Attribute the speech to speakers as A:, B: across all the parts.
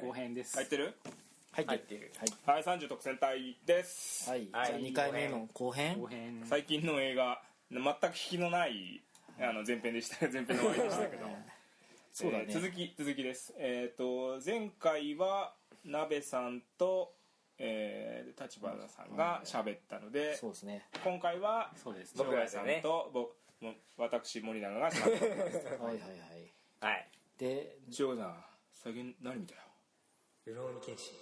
A: 後編です
B: 入ってる
C: 入
A: 入っ
C: ってて
A: る
C: る
B: はい30特選隊です、
C: はい、
A: はい
C: じゃあ2回目の後編
A: 後編
B: 最近の映画全く引きのないあの前編でした 前編の終わりでしたけど
C: そうだね
B: えー続き続きですえっ、と前回は鍋さんとえー、立花さんが喋ったので
C: そうですね
B: 今回は
A: そうです
B: 僕
A: ね
D: 僕らで
B: さ
D: す
B: ん
D: ね
B: と僕も私森永が喋った
C: はいはいはい
D: はい
C: で
B: 千代さん最近何見たよ
D: ルローニケンシ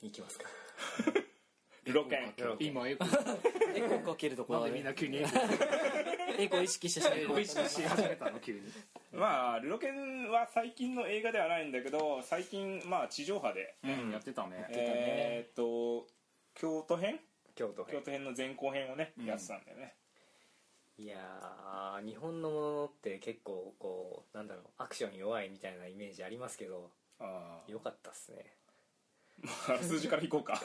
D: 行きますか
B: ロケン
A: 今エコ
C: エコかけるとこ
A: な
C: ろ
A: んでみんな急にエ
C: エコ意識してしまう
A: コ意識し始めたの急に
B: まあルロケンは最近の映画ではないんだけど最近まあ地上波で、
A: やってたね
B: えーっと京都編
D: 京都
B: 京都編の前後編をね、やってたんだよね
D: いやー日本のものって結構こうなんだろうアクション弱いみたいなイメージありますけど
B: あ
D: 良かったっすね
B: あ数字からいこうか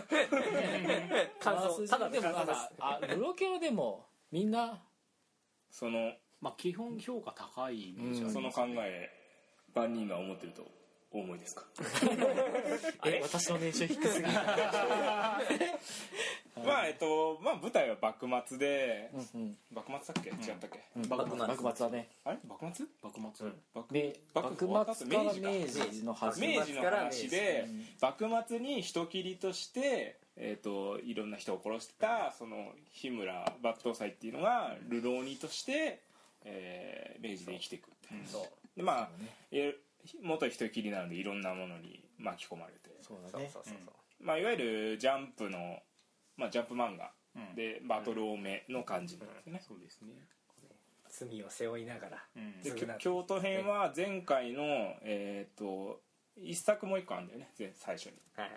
D: 感
C: あ
D: 想
C: 数字
D: ただ
C: で
D: の
C: も
D: 感
C: な
D: 想
C: ん
D: です
C: かあルロケはでもみんな
B: その
A: まあ基本評価高いイメージある
B: その考え万人が思ってるとお思いですか
C: え私の年収低すぎる
B: まあえっとまあ舞台は幕末で、
C: うん
B: 幕末だっけ違ったっけ、
C: 幕末幕末はね
B: あれ幕末
A: 幕末
B: 幕
C: で幕
B: 終
C: 末か
B: わ
C: ら
B: った
C: 明
B: 後明治か
C: 治の初め
B: 明治の話で幕末に人斬りとして、えー、といろんな人を殺してたその日村抜刀斎っていうのが流浪人として、えー明治で生きていくって話
D: そう
B: でまあ、えー元人斬りなのでいろんなものに巻き込まれて、
C: そうだ
D: そう
C: ね
D: そうそうそう
B: まあ、いわゆるジャンプの、まあ、ジャンプ漫画でバトル多めの感じなんですね、
A: そうですね
D: 罪を背負いながら
A: ん
B: でき
D: 償
B: ょ
D: って
B: 京都編は前回のえっ、と一作もう一個あるんだよねぜ最初に
D: はい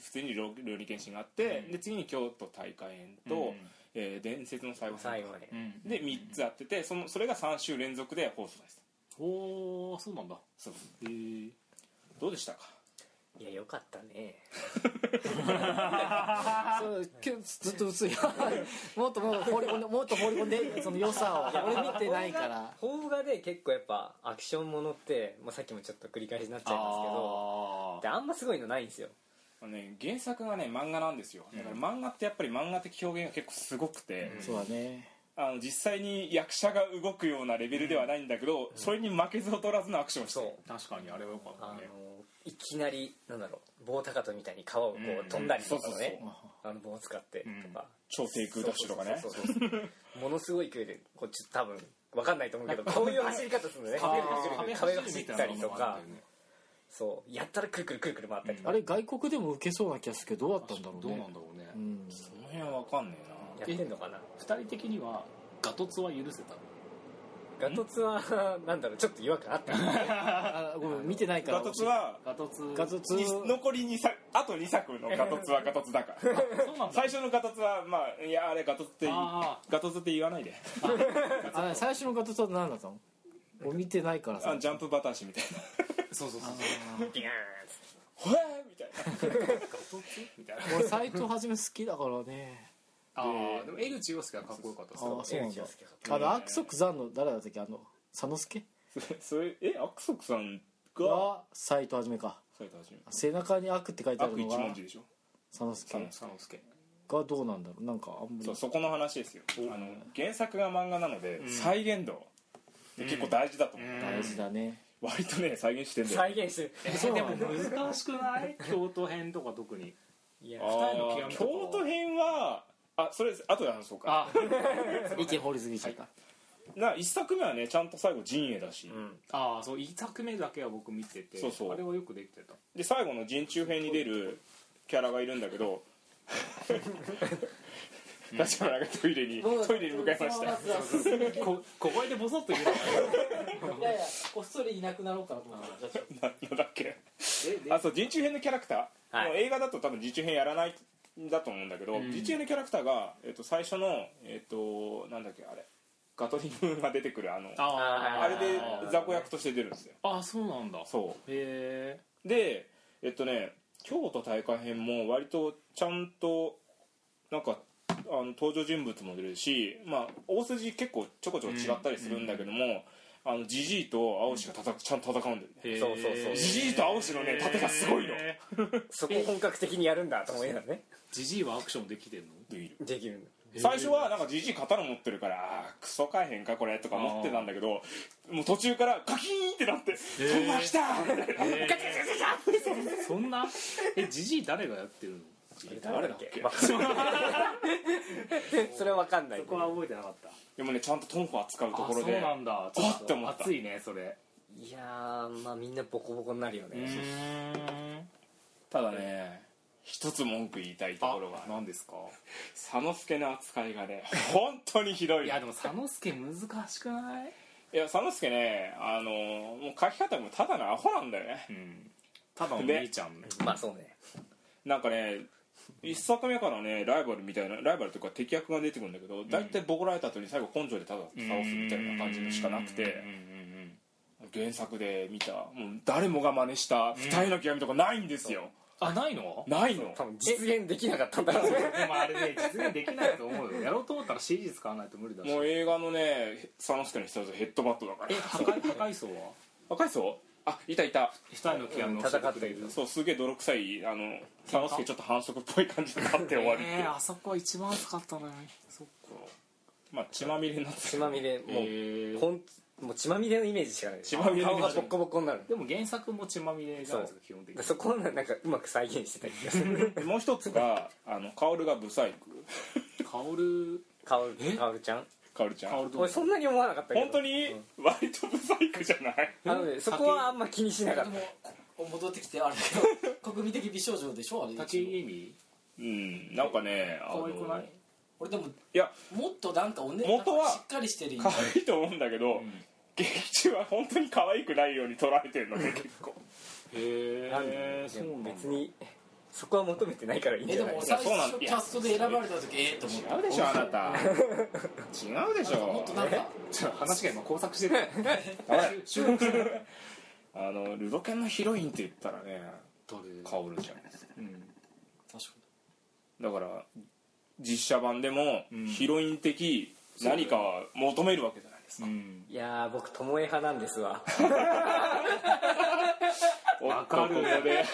B: 普通に料理検診があって、で次に京都大会編と、
A: うん
B: えー伝説の最後
D: 最
B: 編
D: 後に
A: うん
B: で3つあっててそのそれが3週連続で放送です
A: おおそうなんだ
B: そう
A: へえ
B: どうでしたか
D: いや良かったね
C: そうきゅずっと薄い もっともっと放り込んでもっと放り込んでその良さを俺見てないから
D: 邦画で結構やっぱアクションものって、まあ、さっきもちょっと繰り返しになっちゃいますけど
A: あ
D: であんますごいのないんですよ
B: あのね原作がね漫画なんですよだから漫画ってやっぱり漫画的表現が結構すごくて、
C: そうだね
B: あの実際に役者が動くようなレベルではないんだけど、それに負けず劣らずのアクションをして
D: そ
B: る
D: う
A: ー確かにあれはよかっ
D: あ
A: たね
D: のいきなりなんだろう棒高跳みたいに川をこう飛んだりとかねあの棒を使ってとか、
B: 超低空ダッシュとかね
D: そうそうそうそう ものすごい勢いでこっち多分わかんないと思うけどこういう走り方するのね壁
A: 壁
D: 壁を
A: 走
D: 走
A: り
D: っ
A: みた
D: た
A: いな
D: り
A: の
D: と
A: もあ
D: か
A: るんだよね
D: そうやったらくるくるくるくる回ったりとか、
C: あれ外国でも受けそうな気がするけどどうだったんだろうね
A: どうなんだろうね
C: うん
B: その辺は分かんねえな
D: やってんのかな
A: 二人的にはガトツは許せた
D: ガトツは なんだろうちょっと違和感あったね
C: あごめん見てないから
B: ガトツは
A: ガトツ
C: ガトツ
B: に残り2作あと2作のガトツはガトツだから
A: そうなんだ
B: 最初のガトツはまあいやあれガトツって
A: あ
B: ガトツって言わない で
C: あ最初のガトツは何だったの俺見てないから
B: あ
C: さ
B: ジャンプバタシみたいな
A: そうそうそう
D: ビューン
B: 「ほえ!」みたいなみたいな
C: 俺斎藤はじめ好きだからね
A: あーでも江口洋介はかっこよかったです
C: ああそうな
D: 江
C: ん
D: 口
C: だ
D: 洋介か
C: あのアークソックザンの誰だったっけあの佐之助
B: そ それえアクソクさんが
C: が斎藤はじめか
B: それと初め
C: 背中に「悪」って書いてある
B: 悪
C: の
B: 一
C: が
B: 文
C: 佐
B: 字でしょ
C: 之
B: 佐
C: 助
B: 野佐之助
C: がどうなんだろうなんかあんま
B: そう
C: り
B: そこの話ですよあの原作が漫画なので再現度って結構大事だと思う
C: 大事だね
B: 割とね再現してんだよ
D: 再現してる
A: そうでも難しくない京都編とか特に
D: いや
B: あ
A: 人の極
B: ー
A: みとかは
B: 京都編はあそれ後で話そうか
A: あ
C: 意見掘りすぎちゃった
B: な1作目はねちゃんと最後陣営だし、
D: うん
A: ああそう1作目だけは僕見てて
B: そうそう
A: あれはよくできてた
B: で最後の陣中編に出るキャラがいるんだけど立花がトイレにトイレに向かいました
A: こ小声でボソッと言うの
C: いやいやこっそりいなくなろうかなと思ってた
B: 何だっけ
A: え
B: あそう陣中編のキャラクター、
D: はい
B: もう映画だと多分陣中編やらないんだと思うんだけど、陣中編のキャラクターが、えっと最初のえっ、となんだっけあれガトリングが出てくるあのあ
A: あ
D: あ
B: れで雑魚役として出るんですよ
A: ああそうなんだ
B: そ
A: へえ
B: うでえっとね京都大会編も割とちゃんとなんかあの登場人物も出るし、まあ、大筋結構ちょこちょこ違ったりするんだけども、あのジジイと青石が戦ちゃんと戦うんだよね
A: へー
D: そうそうそう
B: ジジイと青石のね盾がすごいの
A: へー
D: そこ本格的にやるんだと思いながらね
A: ジジイはアクションできてんの
B: でいる
D: できるんだ
B: 最初はなんかジジイ刀持ってるからあークソかへんかこれとか思ってたんだけどもう途中からカキーンってなって「飛ばした!」み たいな
A: そんなえジジイ誰がやってるの
D: 誰だっけ それは分かんない
A: そこは覚えてなかった
B: でもねちゃんとトンフ扱うと
A: あ
B: ころ
A: そう
B: で
A: なんだ
B: あって思った
A: 熱いねそれ
D: いやーまあみんなボコボコになるよ
B: う
D: ね
B: ーんただね一つ文句言いたいところが
A: 何ですか
B: 佐之助の扱いがね本当にひどい
A: い
B: い
A: や
B: や
A: でも佐之助難しくない
B: 佐之助ねあのもう書き方もただのアホなんだよね
A: うんただの兄ちゃんね
D: まあそうね
B: なんかね一作目からねライバルみたいなライバルというか敵役が出てくるんだけど大体ボコられた後に最後根性でただ倒すみたいな感じのしかなくて原作で見たもう誰もが真似した二人の極みとかないんですよ
A: あないの
B: ないの
D: 多分実現できなかったんだろうね
A: でもあれね実現できないと思うよやろうと思ったら CG 使わないと無理だし
B: もう映画のね佐之助の人たちヘッドバットだから
A: え破壊破壊層は
B: 若い人あいたいた
A: 二人の極みの教えくれる
D: うん戦っ
B: そうすげえ泥臭いあの佐之助ちょっと反則っぽい感じで勝って終わりっていう
A: えーあそこは一番暑かったのよそっか
B: まあ血まみれになって
D: 血まみれもう
A: えー
D: ほんもう血まみれのイメージしかない
B: 血まみれのイ
D: 顔
B: メー
D: が
B: ジ
D: ボッコボコになる
A: でも原作も血まみれじゃないですか基本的に
D: そこをなんかうまく再現してた気がする
B: もう一つが あの薫がブサイク
A: 薫
D: カオルカオルちゃん
B: 薫ちゃん
A: 薫
B: 本
A: どう
D: 俺そんなに思わなかったけど
B: 当に割とブサイクじゃない
D: あのねそこはあんま気にしなかっ
E: で
D: た
E: もこ戻ってきてあ れ国民的美少女でしょあれ
A: 竹井絵美
B: うんなんかねあ
A: 可
B: の
A: 愛くない
E: 俺でも
B: いや
E: もっとなんかおね
B: 元は
E: なんかしっかりしてるイメ
B: 可
E: ージ
B: 愛いと思うんだけど、
A: ん
B: 劇中は本当に可愛くないように捉えてるのね結 構
D: なんで
A: へえそうなんだ
D: 別にそこは求めてないからいいん
E: え
D: じ
E: で
D: ゃない
E: も
B: い
E: 最
B: やそうなん
E: 初キャストで選ばれた時ええと思った
B: 違うでしょあなた違うでし
E: なんかも
B: ょ
E: っとなんか
A: ちょっと話が今交錯してる 収録してる
B: あのルロケンのヒロインって言ったらね薫ちゃん
E: 確か
B: だから実写版でも
A: うん
B: ヒロイン的何かは求めるわけじゃないですか、
A: うん
D: いやー僕巴派なんですわ
B: わ
A: かる
B: ここで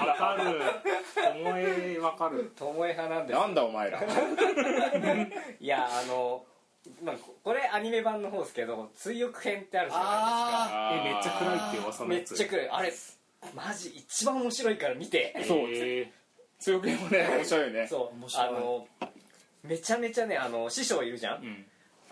A: わかる思いわかる
D: 巴派なんです
B: なんだお前ら
D: いやあの、まあ、ここれアニメ版の方ですけど追憶編ってあるじゃない
E: あ
A: えめっちゃ
B: い
A: 暗いって噂のや
D: です
A: つ
D: かめっちゃ暗いあれマジ一番面白いから見て
B: そう
A: へえ
B: 強くもね面白いよね
D: そう
E: 面白い
D: あのめちゃめちゃねあの師匠いるじゃん、
A: ん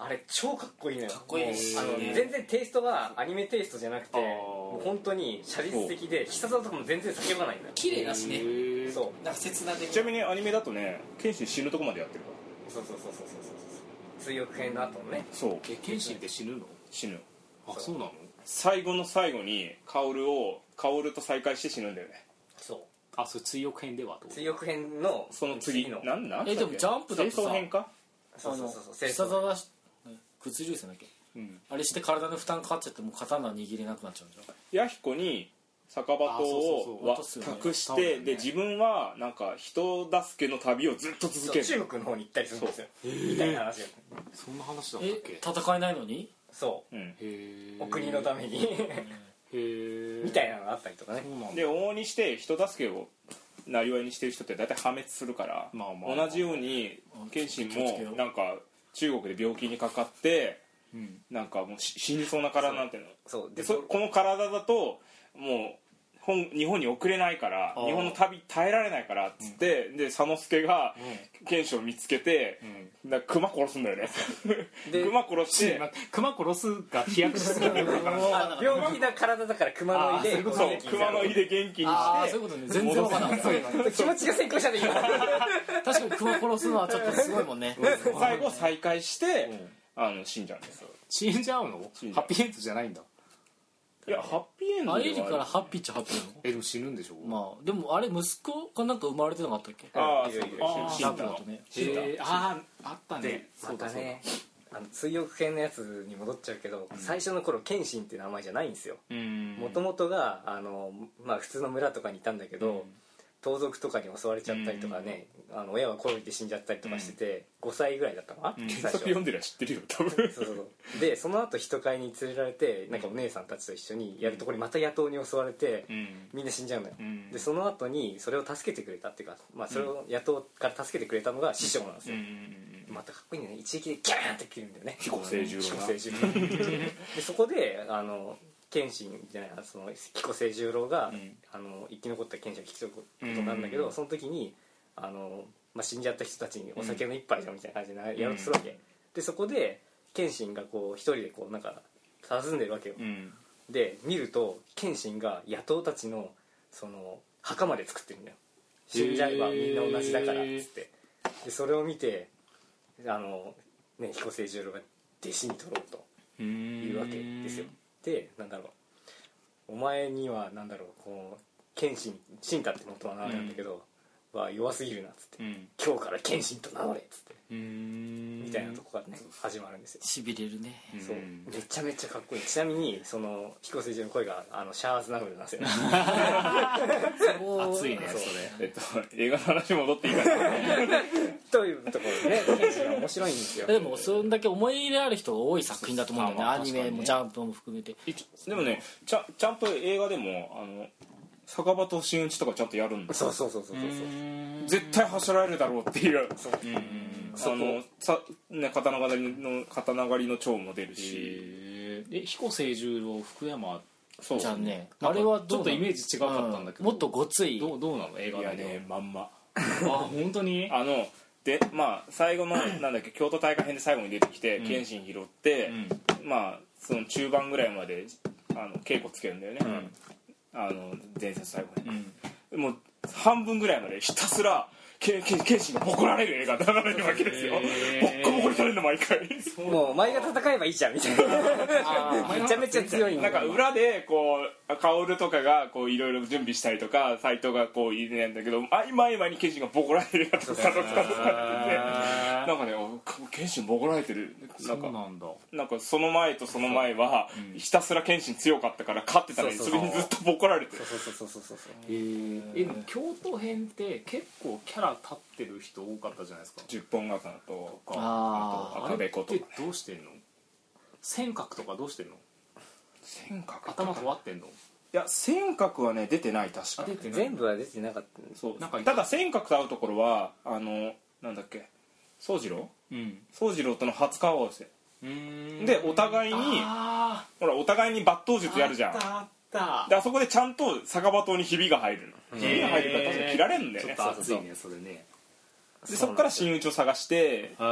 D: あれ超かっこいいのよ
E: かっこいいです
D: あ
E: よ
D: の
E: ね
D: 全然テイストがアニメテイストじゃなくて
A: あー
D: もう本当に写実的で必殺技とかも全然叫ばないんだよ
E: 綺麗だしね
A: へえ
D: そう
E: なんか切断的
B: ちなみにアニメだとね剣士死ぬとこまでやってるか
D: そうそうそうそうそうそう追憶編の後のね
B: らそう
A: え謙信って死ぬの
B: 死ぬ
A: あそうなの
B: 最後の最後に薫を薫と再会して死ぬんだよね
D: そ
A: あそれ追憶編ではって
D: う
A: こと
D: 追憶編の
B: その次
D: の
B: なんなん
E: えでもジャンプだとさ
B: 清掃編か
D: そうそうそうそう清
E: 必
D: 掃
E: 殺技し物流線だっけ
B: うん
E: あれして体の負担かかっちゃってもう刀握れなくなっちゃうんじゃん
B: 弥彦に酒場
A: あ
B: 刀
A: そうそうそう
B: をわ
E: 渡すよね
B: 託し
E: 倒れ
B: て
E: るね
B: で自分はなんか人助けの旅をずっと続ける
D: 中国の方に行ったりするんですよみたいな話よ
A: そんな話だったっ
E: え
A: け
E: 戦えないのに
D: そ
B: うん
A: へえ
D: うお国のために
A: へえ
D: みたいなのがあったりとかね
A: そうなんだ
B: で往々にして人助けをなりわいにしてる人って大体破滅するから、
A: まあまあまあ
B: 同じように謙信
E: 気をつけよ
B: も
E: う
B: なんか中国で病気にかかって
A: うん
B: なんかもうし死にそうな体なんていうの
D: そう
B: で
D: で
B: そ
D: そ
B: この体だともう本日本に送れないから
A: あー
B: 日本の旅耐えられないからっつって、で佐之助が謙信を見つけて、なんか熊殺すんだよね
D: で
B: 熊殺して
A: なんか熊殺すが飛躍しすぎてるから
D: あ病気な体だから熊の胃
A: あーそうい
D: で
A: うこと
D: こ
B: そう
D: 元気にな
B: 熊
D: る
B: の胃で元気に
E: ああ
B: し
E: そう
B: て
E: いうことね全然わからなかっ
D: 気持ちが先行したで今
E: た 確かに熊殺すのはちょっとすごいもんね
B: 最後再会して、あの死んじゃうんですよ
A: 死んじゃうの
B: 死んじゃ
A: ハ
B: う
A: ッピーエンドじゃないんだ
B: いやハッピーエンド
E: あ
B: で
E: れ
B: はある
E: からハッピーっちゃハッピーなの
A: えでも死ぬんでしょ
E: まあでもあれ息子がなんか生まれてなかったっけ
B: ああ
D: いるいる
B: あ
A: あ
B: 死
E: ラ
B: ん
E: ブ
B: だ
E: だとね
A: へえあああったね
D: でまたねあの追憶編のやつに戻っちゃうけど、最初の頃謙信って名前じゃないんですよ
A: うん
D: もともとがあの、まあ、普通の村とかにいたんだけど、盗賊とかに襲われちゃったりとかね、あの親は転びて死んじゃったりとかしてて、5歳ぐらいだったのかな、
B: 原
D: 最
B: 作
D: 初
B: 読んでりゃ知ってるよ多分
D: そうそうそうでその後人買いに連れられてなんかお姉さんたちと一緒にやるところにまた野党に襲われて、
B: うん
D: みんな死んじゃうのよ、
B: うん
D: でその後にそれを助けてくれたっていうか、まあ、それを野党から助けてくれたのが師匠なんです
B: う
D: よ、
B: ん
D: またかっこいいんだよね一撃でギャーンって切るんだよね
B: 彦星十郎な
D: 彦星十 郎でそこであの謙信じゃないその彦星十郎が、
B: うん
D: あの生き残った謙信を聞き取ることなんだけど、
B: うん
D: その時にあの、まあ、死んじゃった人たちにお酒の一杯じゃんみたいな感じでやろうとするわけ、でそこで謙信がこう一人でこうなんか佇んでるわけよ、
B: うん
D: で見ると謙信が野党たちのその墓まで作ってるんだよ死んじゃえばみんな同じだからっつって、でそれを見てあの、ね、彦星十郎が弟子に取ろう
B: う
D: と
B: ん
D: いうわけですよでなんだろうお前にはなんだろうこう謙信信太って元は名前なんだけど、は弱すぎるなっつって、
B: うん
D: 今日から謙信と名乗れっつって
B: うん
D: みたいなとこからね始まるんですよ
E: しびれるね
D: そうめちゃめちゃかっこいいちなみにその彦星十郎の声があのシャアーズナムルなんですよ
A: 熱いね
D: そう
A: そ
B: えっと映画の話戻っていいかな
D: というところでね剣士が面白いんですよ
C: でもそんだけ思い入れある人が多い作品だと思うんだよね
B: まあ
C: ア
B: まあ
C: ニメも
B: 確
C: ジ
B: かに
C: ャンプも含めて
B: 一でもねちゃちゃんと映画でもあの酒場と真打ちとかちゃんとやるんだ
D: そうそうそうそうそう
B: 絶対走られるだろうっていう
D: そう
B: あのさ、ね、刀狩りの刀狩りの蝶も出る
A: う
B: し
A: へええ彦星十郎福山
B: そう
C: じゃんね
A: なん
C: あ
A: か
C: れはどうなの
A: ちょっとイメージ違かったんだけど
C: うもっとごつい
A: どうどうなの映
B: い
A: 画
B: や
A: 内では
B: ねまんま
A: あ本当に
B: あのでまあ最後のなんだっけ京都大会編で最後に出てきて謙信拾って、まあその中盤ぐらいまであの稽古つけるんだよね、あの前節最後に、もう半分ぐらいまでひたすらけけ謙信が怒られる映画 が流れるわけですよ、
A: へ
B: ボ
A: ー
B: ッコボコにされるの毎回
D: もうお前が戦えばいいじゃんみたいなめちゃめちゃ強い
B: なんか裏でこう薫とかがこういろいろ準備したりとか斎藤がこう入れないんだけど合間合間に謙信がボコられるやつとかとか使っててなんかねお謙信ボコられてるな
A: そうん
B: か
A: なんだ
B: なんかその前とその前はひたすら謙信強かったから勝ってたのに
D: そう
B: そ
D: そうそ
B: れ
D: う
B: にずっとボコられてる
D: そうそうそうそうそうそう
A: えでも京都編って結構キャラ立ってる人多かったじゃないですか
B: 十本刀と
A: か
C: あ
B: ー
A: あれっ
B: 赤べ
A: て
B: こ
A: どうしてんの尖閣とかどうしてんの
B: 尖閣
A: 頭とわってんの
B: いや尖閣はね出てない確
A: あ
B: か
A: 出てない
D: 全部は出てなかったんです
B: そう
A: なんか
B: ただ尖閣と会うところはあのなんだっけ宗次郎
A: うん
B: 宗次郎との初顔合わせでお互いに
A: あ
B: ほらお互いに抜刀術やるじゃん
A: あった
B: であそこでちゃんと酒場刀にひびが入るのひびが入るから確か切られるんだよ
A: ちょっ
B: ね
A: と
B: そうそ
A: 熱
B: う
A: いねそれね
B: そうでそこから真打ちを探して真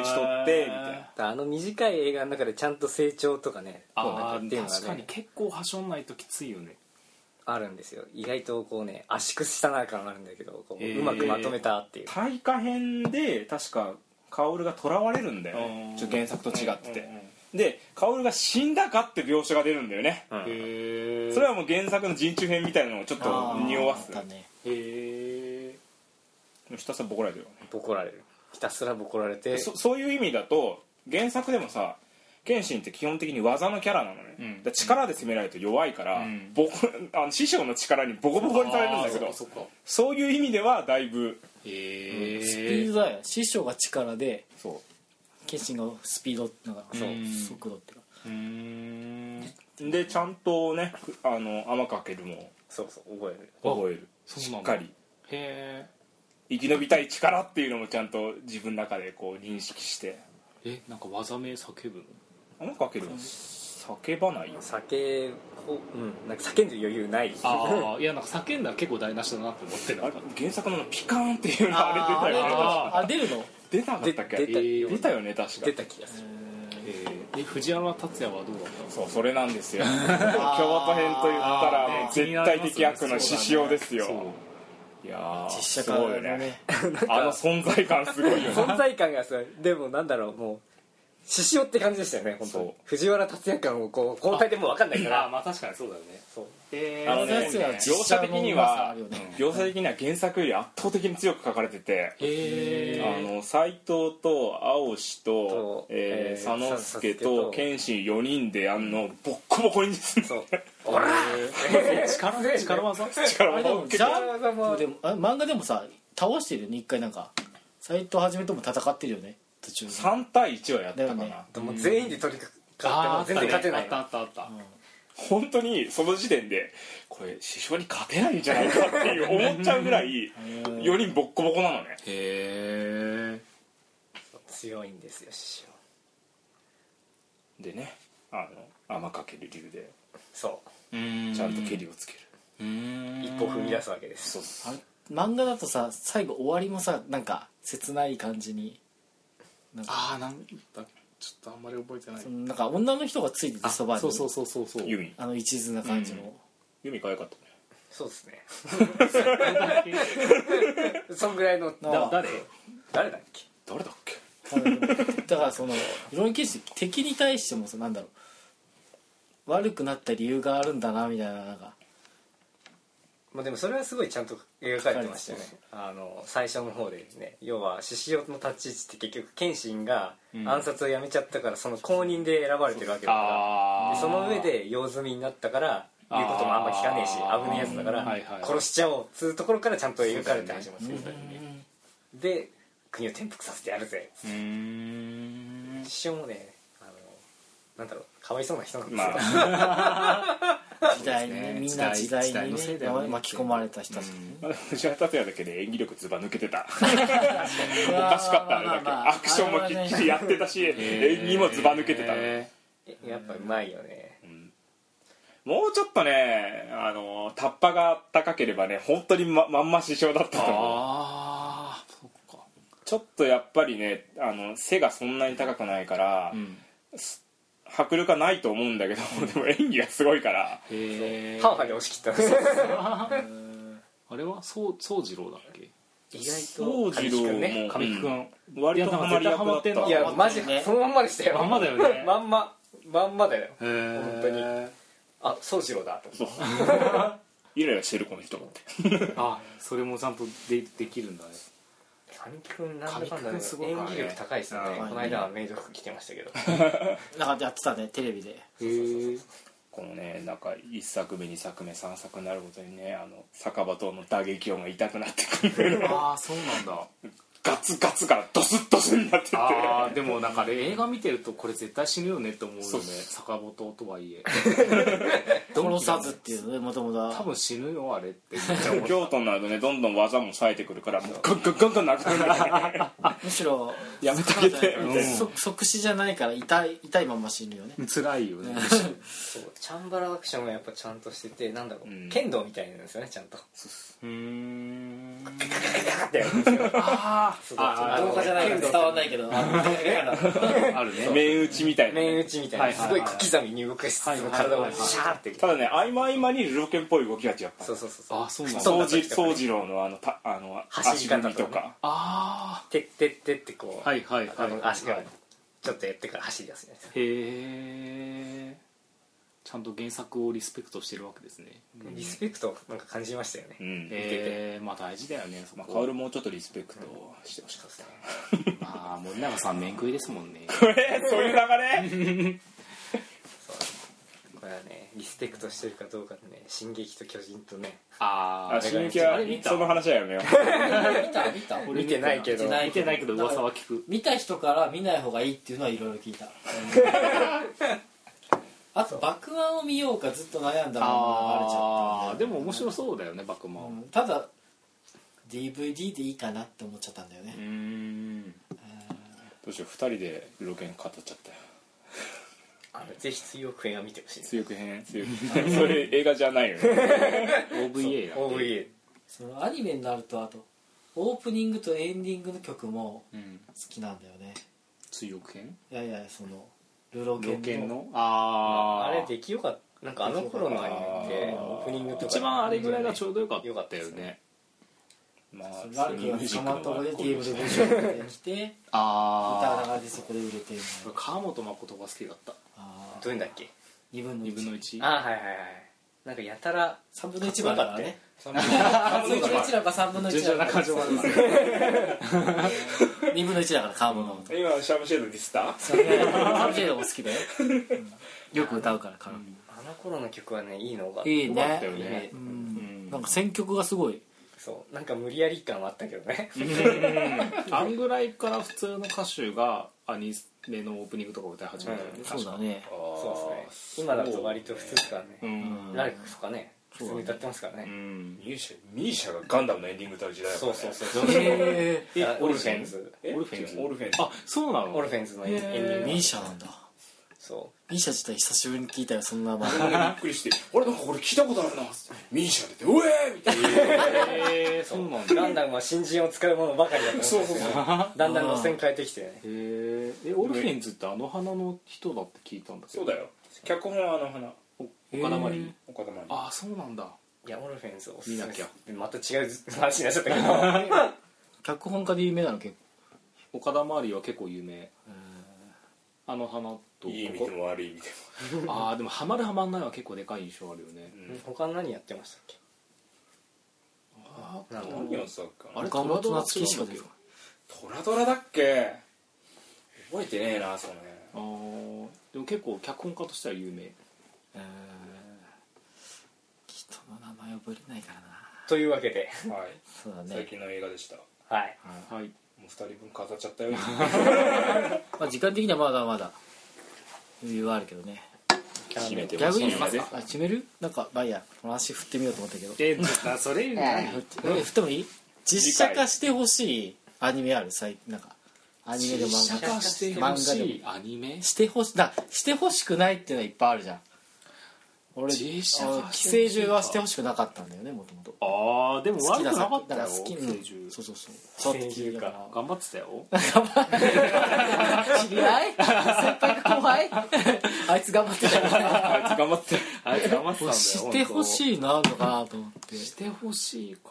B: 打ち取ってみたいな
D: だからあの短い映画の中でちゃんと成長とかねこうなんか
A: あ
D: っていう
A: ー
D: の
A: 確
D: が
A: かに
D: ね
A: 結構はしょんないときついよね
D: あるんですよ意外とこうね圧縮したな感があるんだけどこう
A: へー
D: うまくまとめたっていう
B: 大化編で確か薫が囚われるんだよ
A: う
B: ね
A: ん
B: ちょっと原作と違っててで薫が死んだかって描写が出るんだよね
A: へ
B: それはもう原作の人中編みたいなのをちょっと匂わす
C: だね
A: へえ
B: ひたすらボコられてるよね
D: ボコられるひたすらボコられて
B: そそういう意味だと原作でもさ謙信って基本的に技のキャラなのね、
A: うん
B: だから力で攻められると弱いから、
A: うん
B: ボコ あの師匠の力にボコボコにされるんだけど
A: そっか
B: そういう意味ではだいぶ
A: へえ
C: スピードだよ師匠が力で
B: そ
C: 謙信がスピードってのが
A: そう
C: 速度っていうか
B: ううんでちゃんとねふあの天かけるも
D: そうそう覚える
B: 覚える
A: そう
B: し
A: なんだ
B: っかり
A: へ
B: 生き延びたい力っていうのもちゃんと自分の中でこう認識して
A: ええなんか技名叫ぶの
B: 天かけるも叫ばないよ
D: 酒を、うん、なんか叫んでる余裕ない
A: ああいやなんか叫んだら結構台無しだなって思って
B: あ
A: な
B: れ
A: んか
B: 原作のピカーンっていうのあれ出たよね
A: あ
C: あ出るの
B: 出なかったっけ
D: で出たよ
B: 出たよね確か
D: 出た気がする
A: え藤山達也はどうだったの
B: そうそれなん ですよ京都編と言ったらもう絶対的悪の獅子王ですよ、いやー
C: 実写
B: す
C: 化
B: ごいよねあの存在感すごいよね
D: 存在感がすごいでもなんだろうもう獅子雄って感じでしたよね本当
B: そ
D: に
B: う
D: 藤原竜也感をこう交代でもう分かんないか
A: ああ
D: ら
A: まあ確かにそうだよね
D: そう
A: え
B: あのね
C: やつは
B: 描写的には
C: 実写のうまさあるよね
B: 描写的には原作より圧倒的に強く書かれててあの斎藤と青志と
D: と、
B: えー
D: えー
B: 佐野助
D: 佐野助
B: と
D: と
B: 謙信4人であんのボッコボコにする
D: そうおら
A: 力力
B: 力
A: 技
C: あ
B: も
C: れでも
B: 結
C: ジ
B: 構
C: ャンプでもあ漫画でもさ倒してるよね一回なんか斎藤はじめとも戦ってるよね途中で
B: 3対1はやったかな、
C: だよね
D: もう全員で取りかかっても全然勝てな
A: あっ
D: い
A: たあったあった
B: 本当にその時点でこれ師匠に勝てないんじゃないかっていう思っちゃうぐらい4人ボッコボコなのね
A: へえ
D: 強いんですよ獅子雄
B: でねあの天かける竜で
D: そ
B: ち
A: ち
B: ゃんと蹴りをつける
A: うー
D: うん一歩踏み出すわけです
B: そうそう
C: 漫画だとさ最後終わりもさなんか切ない感じになんか
A: ああなんだちょっとあんまり覚えてない
C: そのなんか女の人がついてて
A: あ
C: そばに
A: そうそうそうそうそう
B: ユミ
C: あの一途な感じの、
B: ユミ可愛かったね
D: そうですね そんぐらいの
C: な
A: だ誰
D: 誰だっけ
B: 誰だっけ
C: だからそのいろんなケース敵に対してもさなんだろう悪くなった理由があるんだなみたいななんか
D: まあでもそれはすごいちゃんと描かれてましたよね
C: そう
D: あの最初の方でね要は獅子雄の立ち位置って結局謙信が暗殺をやめちゃったからその公認で選ばれてるわけだから
A: あ
D: で
A: ー
D: その上で用済みになったから言うこともあんま聞かねえし
A: あー
D: 危ねえやつだか
A: うんはいはい
D: ら殺しちゃおうっつうところからちゃんと描かれて始まってるんだよねで国を転覆させてやるぜ
A: うーん
D: 獅子雄もねあのなんだろうかわいそうな人なんです
B: ま
D: よ、
B: あ
C: 時代にね、みんな時
A: 時
C: 代
A: 代
C: にね
A: 時代のせいだよね
C: 巻き込まれた人たち、
B: まあ藤原竜也だけで演技力ずば抜けてた
C: お
B: おかしかったあれだけ、アクションもきっちりやってたし演技もずば抜けてたね
A: へ
D: やっぱうまいよね
B: もうちょっとねあのタッパが高ければね本当にままんま師匠だった
A: ー
B: と思う
A: ああそっか
B: ちょっとやっぱりねあの背がそんなに高くないから、
A: ん
B: 迫力はないと思うんだけどでも演技がすごいから
A: へえ
D: ハーハーで押し切ったんですよ
A: あれはそう宗次郎だっけ
D: 意外
B: 宗
D: と
B: 次
D: 神
B: 郎
D: 木
B: も、
D: 君ね
A: 神木君
B: うん割とハマり役だった
A: いやなんか絶対ハマってんない
D: やマジ
C: ね
D: そのまんまでしたよ
A: まんまだよ ね
D: まんままんまだよ
A: へえ
D: 本当にあ宗次郎だと
B: そうイライラしてるこの人って
A: あそれもちゃんとでできるんだね
D: 神木君なんだかんだ
A: 神木君すごい
D: 演
A: からね
D: 技力高いですよね
B: うん
D: この間はメイド服着てましたけど
C: なんかやってたねテレビで
A: へえ
B: このねなんか1作目2作目3作になるごとにねあの酒場島の打撃音が痛くなってく る
A: ああそうなんだ
B: ガツガツからドスッドスになってて
A: あーでもなんかね映画見てるとこれ絶対死ぬよねって思うよね
B: そう
A: 坂本とはいえ
C: 殺さずっていうねもとも
A: 多
C: と
A: 分死ぬよあれ ってめっちゃ思った
B: 京都になるとねどんどん技も冴えてくるからもうガンガンガンガンなくなるから ね
C: むしろ
B: やめてあげてみたいな
C: そ即死じゃないから痛い痛いまま死ぬよね
A: 辛いよね
D: そうチャンバラアクションがやっぱちゃんとしててなんだろう、
B: うん
D: 剣道みたいなんですよねちゃんと
A: うーん
D: ガってやるんですよ
A: あーあ
D: 動画じゃない
E: け
D: け
E: ど
D: ど
E: 伝わんないけどあの
A: ーあるね
B: 面打ちみたいなね
D: 面打ちみたいな、
A: はいはいはいはい
D: すごい小刻みに動かしつつも
A: はいはい
D: 体
A: はい
D: を
A: はい
D: シャーって
B: ただね合間合間にルロケンっぽい動きがやっぱ
D: そう
B: り
D: そうそうそう
A: あそうなんだ
D: そう
B: 宗次宗次郎のあのたあの
D: 走
B: 足
D: り
B: 踏
D: 方とかね
B: みとか
A: あ
D: てってってってこ
A: あ
D: う、
A: はいはい
D: あ
A: はい
D: の足がちょっとやってから走り出すね
A: へえちゃんと原作をリスペクトしてるわけですね
D: リスペクトなんか感じましたよね、
B: うん
A: ええまあ大事だよねそ
B: まあ、
A: こ
B: 薫もうちょっとリスペクトし てほしかった
A: まあ森永さん面食いですもんね
B: えそういう流れ
D: これはねリスペクトしてるかどうかでね「進撃と巨人」とね
A: あ
B: あ
A: あ
B: 進撃は
A: あれ見た
B: その話はやめよう
E: 見た見た
D: 見てないけど
E: 見てない
A: 見てないけど噂は聞く
E: 見た人から見ない方がいいっていうのはいろいろ聞いたあと「爆腕」を見ようかずっと悩んだまま流れちゃ
A: あ
E: ったん
A: ーでも面白そうだよねバクマ
E: う
A: ン
E: んただ DVD でいいかなって思っちゃったんだよね
A: う、 ん
B: どうしよう2人でルロケン語っちゃったよ
D: あのぜひ水曜クエは見てほしいです
B: 強く編強く 編それ映画じゃないよね
A: OVA だ
D: OVA
E: そのアニメになるとあとオープニングとエンディングの曲も
A: うん
E: 好きなんだよね
A: 追憶編
E: いやいやそのルロケ
A: 老
E: ン
A: 犬
E: の
A: のあ
D: あ
A: ー
D: れできよかったなんかあの頃のアニメってオープニングとか
A: 一番あれぐらいがちょうどよかった
D: よかった
A: よ
D: です
A: ね
D: ね
B: まあ
E: そうラルクが捕まったとこで
B: ス
E: TM
B: ニー
E: で
B: ク
E: 50億で来てギター
A: あ
E: がでそこで売れてみた
A: あ
E: いな
A: 川本誠が好きだった
E: あ
D: どういうんだっけ
E: 2分の
A: 2分の
E: 1
A: 1
D: あはいはいはいなんかやたら
E: 3分の1番だからね
D: そのあ
E: 3分の1だから3分の
A: 順
E: 1
A: 調
E: だ
A: な
E: から
A: 感情もあるな
C: 2分の1だからカーボンの 音
B: 今のシャムシェードディスタ
C: それサムシェードも好きだよ、うんよく歌うからカーボン
D: の頃の曲はねいいのが
C: いい
B: だっ
C: ね
B: たよね
C: う
B: うんん
C: なんか選曲がすごい
D: そうなんか無理やり感はあったけどね
A: あんぐらいから普通の歌手がアニメのオープニングとか歌い始めたよね、
D: うん
A: 確か
C: そうだね
D: そう
B: そ
D: ですね今だと割と普通ですからね
B: うね
C: うん
D: ラルクとかね普
C: そう
D: 通に歌ってますから
B: う
D: ね
B: んミーシャミーシャがガンダムのエンディング歌う時代だから
D: そう
B: ね
D: そうそう
C: へ
D: え
A: え
D: オルフェンズ
B: え
A: オルフェンズ
B: オルフェンズ
A: あそうな
D: オ
A: の
D: ルフェンズのエンディン
C: え
D: グ
C: ミーシャなんだ
D: そ
C: ミーシャ自体久しぶりに聞いたよそんなバンド
B: びっくりして「俺なんかこれ聞いたことあるな」ミーシャ出て「うえー!」みたいな
A: えー、そうな
D: う
A: んだへ
D: ガンダムは新人を使うものばかりだと思うんですけどだんだん路線変えてきてね
A: ーえオルフェンズってあの花の人だって聞いたんだけど
B: そうだよ脚本はあの花
A: 岡田まり
B: 岡田真理
A: ああそうなんだ
D: いやオルフェンズおすすめ
A: 見なきゃ
D: また違う話になっちゃったけ ど
C: 脚本家で有名なの結
A: 岡田まりは結構有名あの花と
B: いい意味でも悪い意味でも
A: ああでもハマるハマんないは結構でかい印象あるよね
D: 他何やってましたっけ
A: あ
D: なんだ
B: 何をさっか
A: あ
C: 構
A: れ
C: 岡本夏
A: トラドラ
C: 樹しか出てこ
B: トラドラだっけ覚えてねえなそれ
A: あーでも結構脚本家としては有
C: な
A: 名
C: い人の名前覚えれないからな
D: というわけで
B: はい
C: そうだ
B: 最
C: ね
B: 近の映画でしたも
D: はい
A: はい、
B: う2人分飾っちゃったよ
C: まあ時間的にはまだまだ余裕はあるけどね
B: 決めてほ
C: 逆
B: し
C: に
B: い
C: あ決めるなんかまあいいやこの話振ってみようと思ったけど
A: えー、それ
C: 振って振ってもいい実写化してほしいアニメある最なんかアニメでも
A: 実
C: 漫
A: 写
C: 画
A: 化してほしいアニメ
C: してほしだしてほしくないっていうのはいっぱいあるじゃん俺
A: 実写化してほしいか
C: 寄生獣はしてほしくなかったんだよねもともと
A: ああでも
C: 好き
A: 悪く
C: だ作
A: な
C: だ
A: かった
C: から
A: よ
C: 好き
A: 青
C: うん
A: 春
C: そうそうそうそうって聞いた から
A: 頑張ってたよ
C: 知り合い先輩が後輩 あいつ頑張ってたよ
A: あいつ頑張ってあいつ頑張 ってたんだよ
C: 知ってほ
A: い
C: しいのあるのかなと思って
A: してほしいか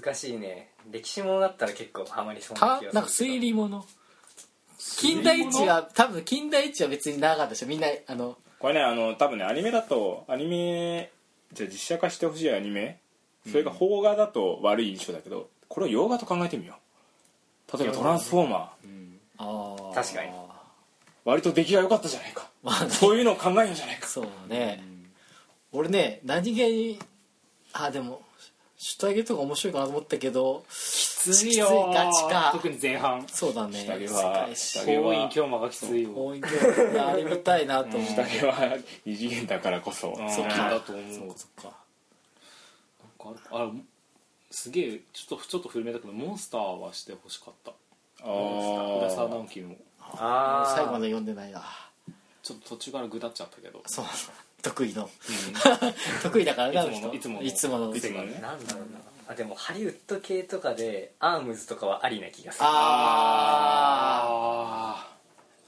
D: 難しいね歴史ものだったら結構ハマりそうな
C: た
D: 気
C: なん
D: が
C: か
D: する
C: 推
D: けど
C: 理物近代一は多分近代一は別になかったでしょみんなあの
B: これねあの多分ねアニメだとアニメじゃあ実写化してほしいアニメそれが邦画だと悪い印象だけどこれを洋画と考えてみよう例えば「トランスフォーマー」
C: あ
D: 確かに
B: 割と出来が良かったじゃないか、 そういうのを考えようじゃないか
C: そうね、俺ね何気にあでも主体ゲとか面白いかなと思ったけど
A: き
C: ついよガチか
A: 特に前半
C: そうだね
B: 下着は
C: 世界史
B: 下着
A: 公院京馬がきついよ
C: 望遠鏡であれ見たいなと思って
B: 竹は二次元だからこそ
A: そ
C: そうう
A: か
C: か
A: だと思う
C: そうかそうか
A: なんかあれすげえちょっとちょっと古めだけどモンスターはしてほしかった
B: あ
A: 浦沢
B: ー
A: 直樹の
D: あ
C: 最後ま
D: で
C: で読んでないな
A: ちょっと途中からぐだっちゃったけど
C: そう得意の 得意だからない
A: つものいつもの
C: いつもの
B: いつもね
D: なんだろうなあでもハリウッド系とかでアームズとかはありな気がする
C: あ
A: あ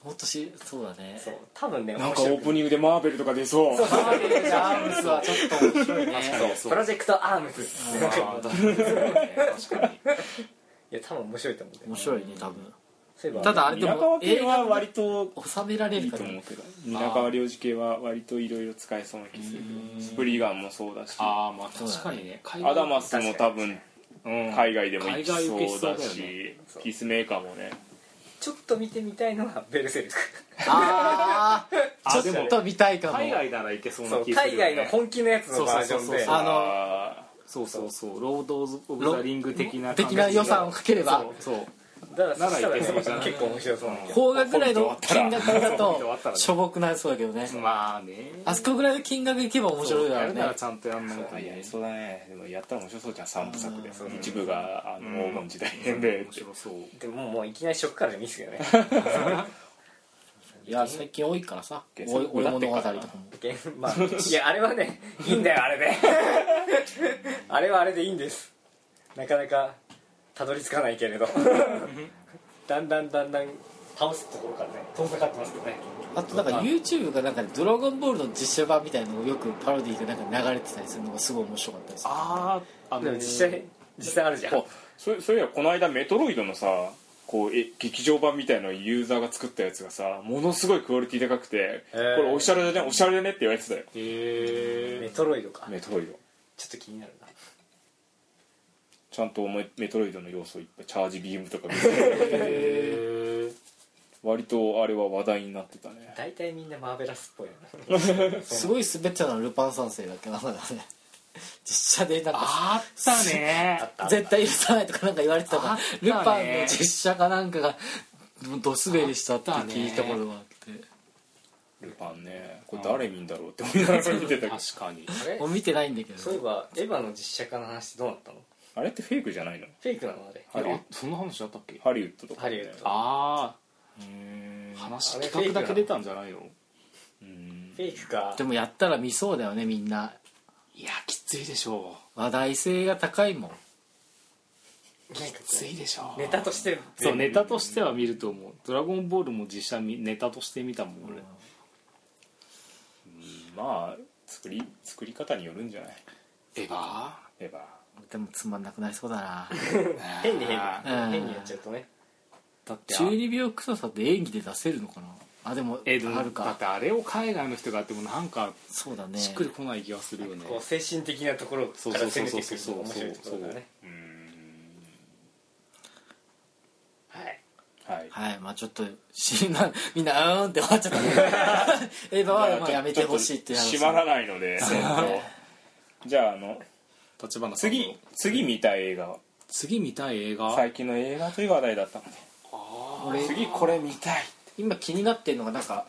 C: あもっとしそうだね
D: そう多分ね
B: なんか
D: 面
B: オ
D: 白い
B: ープニングでマーベルとか出そう
C: アームスはちょっと面白いね
D: そうプロジェクトアームズ
A: ーあー確かに
D: いや多分面白いと思うんだよ
C: 面白いね多分
D: そういえば
C: ただあれで
B: 皆川
C: も
B: 系
C: 映
B: は
C: 画
B: 割と
C: 収められ
B: い
C: る
B: い
C: か
B: と
C: ら
B: 思うけど皆川良次系は割といろいろ使えそうな気するけどスプリガンもそうだしア
A: あーまあ確かにね海外
B: ダマスも多分
A: うん
B: 海外でも行き
A: 海外受けし
B: そう
A: そう
B: だ
A: だよ
B: し
A: ね
B: ピースメーカーもね
D: ちょっと見てみたいのはベルセルク
C: ああち
A: あで
C: ょっ
A: も
C: と見たいかも
A: 海外ならいけそうな
D: そう
A: 気がす
D: 海
A: るよ
D: 外の
A: ね
D: 本気のやつのバージョン
A: そうそうそう
D: で
A: そう
C: あの
B: あ
A: そうそうそうロード・オブ・ザ・リング的な
C: 的な予算をかければ
A: そうそう
D: だからそしたら
A: ならいけそうじゃない
D: 結構面白そうなの
C: 邦画ぐらいの金額だ
A: 本当終わった
C: と
A: ら
C: しょぼくなりそうだけどね
A: まあね
C: あそこぐらいの金額いけば面白いだ
A: や
C: ろう
A: る
C: ね
A: ならちゃんとやんないと
B: あ
A: ね
B: やりそうだねでもやったら面白そうじゃん3部作で一部があの黄金時代編で
A: 面白そう
D: でももういきなりショックからでもいいっすけどね
C: いや最近多いからさ
B: 原
C: おい
B: 作
C: 俺物語
B: だ
C: とか
B: っ
C: も
B: てか
D: まあいやあれはねいいんだよあれで あれはあれでいいんですなかなかたどり着かないけ れどだんだんだんだん倒すところからね遠ざかってますけどね
C: あとなんか YouTube がなんかドラゴンボールの実写版みたいなのをよくパロディーがなんか流れてたりするのがすごい面白かったです
A: あああ
D: でも実際実際あるじゃん
B: あそそういえばこの間メトロイドのさこうえ劇場版みたいのをユーザーが作ったやつがさものすごいクオリティ高くて、
D: ー
B: これおしゃれだねおしゃれだねって言われてたよ
D: メトロイドか
B: メトロイド
D: ちょっと気になるな
B: ちゃんとメメトロイドの要素いっぱいチャージビームとか見せ て割とあれは話題になってたね
D: 大体みんなマーベラスっぽいよね
C: すごい滑ってたのはルパン三世だっけなんだかね 実写でなんか
A: あったね
C: 絶対許さないとかなんか言われてたからル
A: ね
C: パンの実写かなんかがど滑りしたって聞いたことがあって
B: ルパンねこれ誰見んだろうって思いながら見てたけど
A: 確かに
D: あれ
C: もう見てないんだけど
D: そういえばエヴァの実写化の話どうなったの
B: あれってフェイクじゃないの
D: フェイクなのあれ
B: ハリウッ
A: あそんな話あったっけ
B: ドハリウッドとか
D: ハリウッド
A: あ
B: へ
A: あ
B: ー
A: 話
D: あれ
A: 企画だけ出たんじゃないの
B: うん
D: フェイクか
C: でもやったら見そうだよねみんない
A: やきついでしょ
C: 話題性が高いもん
D: なんか
A: うきついでしょう
D: ネタとして
A: そうネタとしては見ると思う「ドラゴンボール」も実写見ネタとして見たもん俺
B: まあ作り作り方によるんじゃない
A: エヴァ
B: エヴァ
C: でもつまんなくなりそうだな
D: 変に変
A: あ
C: ーうん
D: 変にやっちゃうとね
A: だってあ
C: 12秒臭さって演技で出せるのかなあでも
A: えーでも
C: ある
A: だ
C: か
A: ってあれを海外の人がやってもなんか
C: そうだね
A: しっくりこない気がするよね
D: こう精神的なところから攻めていくのが面白いところだね
B: うん
D: はい
B: はい
C: はいまあちょっとしなみんなうーんって終わっちゃった ねエヴァはもうやめてほしいっていう
B: ちょっと閉まらないのでえっとじゃああの
A: 立花さんの
B: 次次見たい映画は
A: 次見たい映画
B: 最近の映画という話題だったので
C: 俺
B: 次これ見たい
C: 今気になってるのがなんか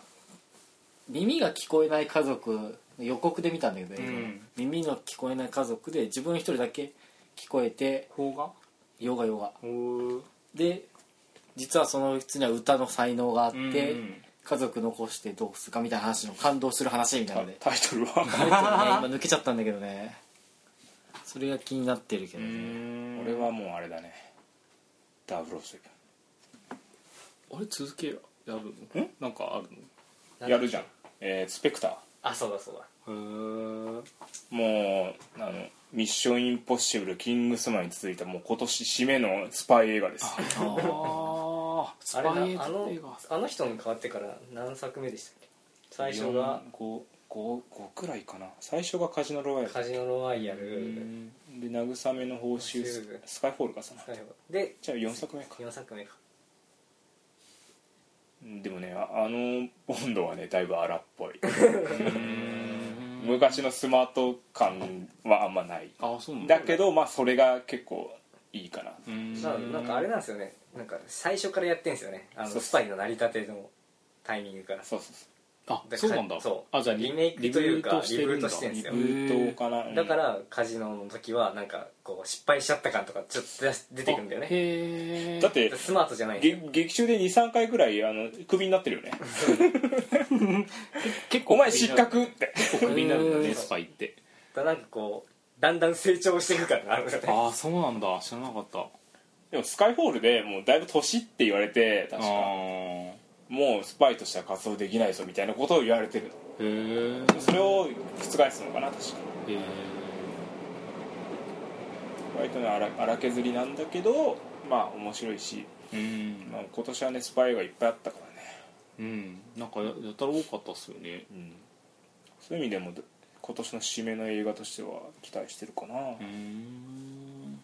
C: 耳が聞こえない家族予告で見たんだけど、映画を
B: うん
C: 耳の聞こえない家族で自分一人だけ聞こえて
A: 邦画
C: ヨガヨガ
A: お
C: で実はその人には歌の才能があって、
B: うん
C: 家族残してどうするかみたいな話の感動する話みたいなの で、
B: タイトルは
C: 今抜けちゃったんだけどねそれが気になってるけどね
B: 俺はもうあれだね007
A: あれ続けやるの
B: ん
A: なんかある
B: やるじゃん、えースペクター
D: あそうだそうだ
A: のへ
B: もうあの「ミッションインポッシブル」「キングスマン」に続いたもう今年締めのスパイ映画です
C: あー
A: ああス
D: あ
A: パ
D: れ
A: イ映
D: なあの
A: 画
D: あの人に変わってから何作目でしたっけ最初が
B: 5くらいかな最初がカジノロワイヤ
D: カジノロワイヤル
B: ルで慰めの報酬ス
D: うん
B: スカイフォールかその
D: 最後で
B: じゃあ4作目か
D: 4作目か
B: うんでもねああのボンドはねだいぶ荒っぽ い昔のスマート感はあんまない
A: ああそうなん
B: だけどまあそれが結構いいかな
A: うーん
D: ななんかあれなんですよねなんか最初からやってんですよねあ
B: そう
D: のスパイの成り立てのタイミングから
B: そうそうそ
A: あ
D: だから
A: そうなんだ
D: そう
A: あじゃあ
D: リメイクというか
A: るんだ
D: リブートしてんすよ
B: う
A: へー
B: 封筒かなうん
D: だからカジノの時はなんかこう失敗しちゃった感とかちょっと出し出てくるんだよね
A: へえ
B: だって
D: スマートじゃないんです
B: げ
D: よ
B: 劇中で23回くらいあのクビになってる よね
A: 結構
B: お前失格って
A: 結構クビになるんだ
D: う
A: ね
D: ん
A: スパイって
D: だからなんかこうだんだん成長していく感があるんだよね
A: ああそうなんだ知らなかった
B: でもスカイフォールでもうだいぶ年って言われて確か
A: あー
B: もうスパイとしては活動できないぞみたいなことを言われてる
A: へえ
B: それを覆すのかな確か
A: へえ
B: 割とね荒荒削りなんだけどまあ面白いし、
A: うん
B: まあ、今年はねスパイがいっぱいあったからね、
A: うんなんかややたら多かったっすよね
B: うん、そういう意味でも今年の締めの映画としては期待してるかな
A: うん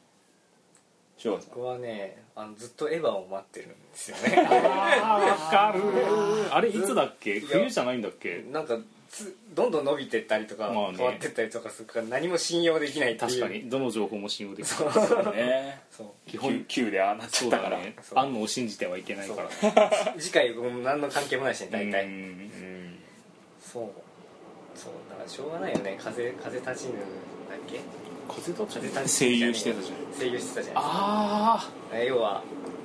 B: 翔吾さん
D: 僕はねあのずっとエヴァを待ってるんですよね
A: あわかるあれいつだっけ
D: や
A: 冬じゃないんだっけ
D: なんかつどんどん伸びてったりとか、
A: まあね
D: 変わってったりとかするから何も信用できないっていう
A: 確かにどの情報も信用できない
B: ね
D: そう
A: 基
B: 9
A: 本
B: でああなっちゃ
A: そ
B: っ
A: う
B: たか
A: だ
B: ら
A: ね
D: そう
A: 安野を信じてはいけないから
D: 次回もう何の関係もないしね大体、
A: うん
B: うん
D: そうそうだからしょうがないよね風風立ちぬだっけ
A: 風立ち
D: 風立
A: ぬ
D: ちぬ
B: 声優してたじ
D: 声優してたじゃない
A: あ
D: えー要は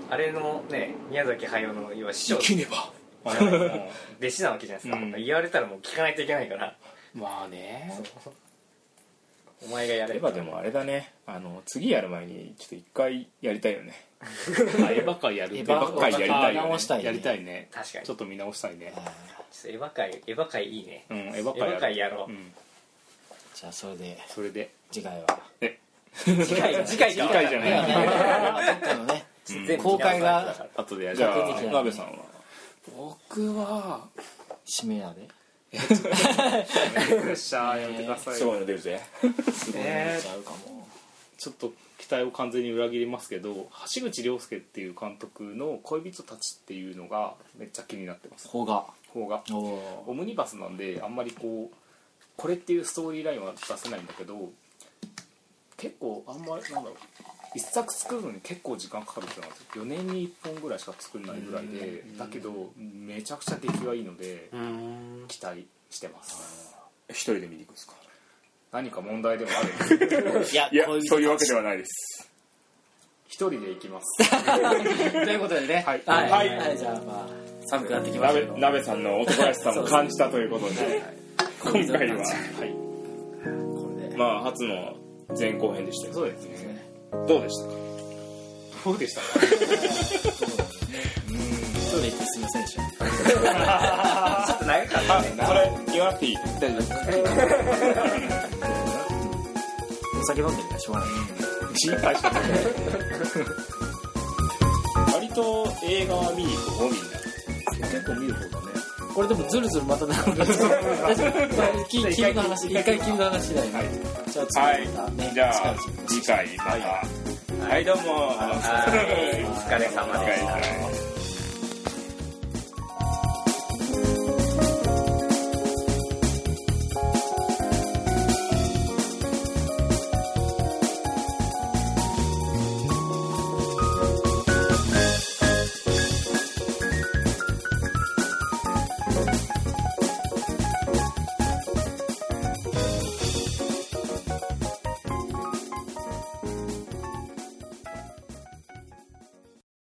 D: あれのね宮崎駿の要は師匠弟
A: ねば
B: ゃん、うん
D: 子なわけじゃないですか、
A: うん
D: 言われたらもう聞かないといけないから
A: まあね
D: そうお前がやれ
B: エヴァでもあれだねあの次やる前にちょっと一回やりたいよね
A: あエヴァ会やる
C: エヴァ
B: 会やりたいよね
A: エヴァ会
C: 直したいね
A: やりたいね
D: 確かに
A: ちょっと見直したいね
D: ちょっとエヴァ界エヴァ界いいね
A: うんエヴ
D: エ
A: ァ
D: ヴァ
A: 会
D: 界
A: やる
D: やろう、
A: うん
C: じゃあそれで
A: それで
C: 次回は
B: ね
D: 次回次回
B: 次回じゃない
C: どっかのね公開が
A: 後でや
B: じ
A: じ
B: ゃ
A: ゃあ
B: あ鍋さんは
A: 僕は
C: 締めやで
A: プレッシャーやめてください
B: すごいの出るぜ
C: すごいの出ちゃうかも
A: ちょっと期待を完全に裏切りますけど橋口亮介っていう監督の「恋人たち」っていうのがめっちゃ気になってます
C: 方が
A: 方が
C: おお
A: オムニバスなんであんまりこうこれっていうストーリーラインは出せないんだけど結構あんまりなんだろう一作作るのに結構時間かかるってなんですよ4年に1本ぐらいしか作れないぐらいでだけどめちゃくちゃ出来がいいので
D: うん
A: 期待してます
B: 一人で見に行くんですか
A: 何か問題でもあるんですけ ど
C: いや
B: いや
C: こういう
B: そういうわけではないです
A: 一人で行きます
C: ということでね
A: はい
C: はい、
B: はい
C: はいじゃあまあ寒くなってきました
B: 鍋
C: けど
B: 鍋さんの男らしさも感じたということで今回は
A: はい
C: これで
B: まあ初の前後編でしたけど
A: そうですね
B: どうでしたか
A: どうでしたか
C: 一人で行ってすいませんでした
D: ちょっと長かった
B: あそれ言わなくていい
C: 大丈夫お酒飲んでるからしょうがない
B: 心配してた割と映画は見に行く方みんな
A: 結構見る方だね
C: これでもズルズルま た長くなっちゃう大丈夫これき君の話一回君の話だよねじゃあ次
B: はい
C: またね
B: じゃあ
C: 近々
B: 次回またはいどうも
D: はいお疲れ様でした
B: お疲れ様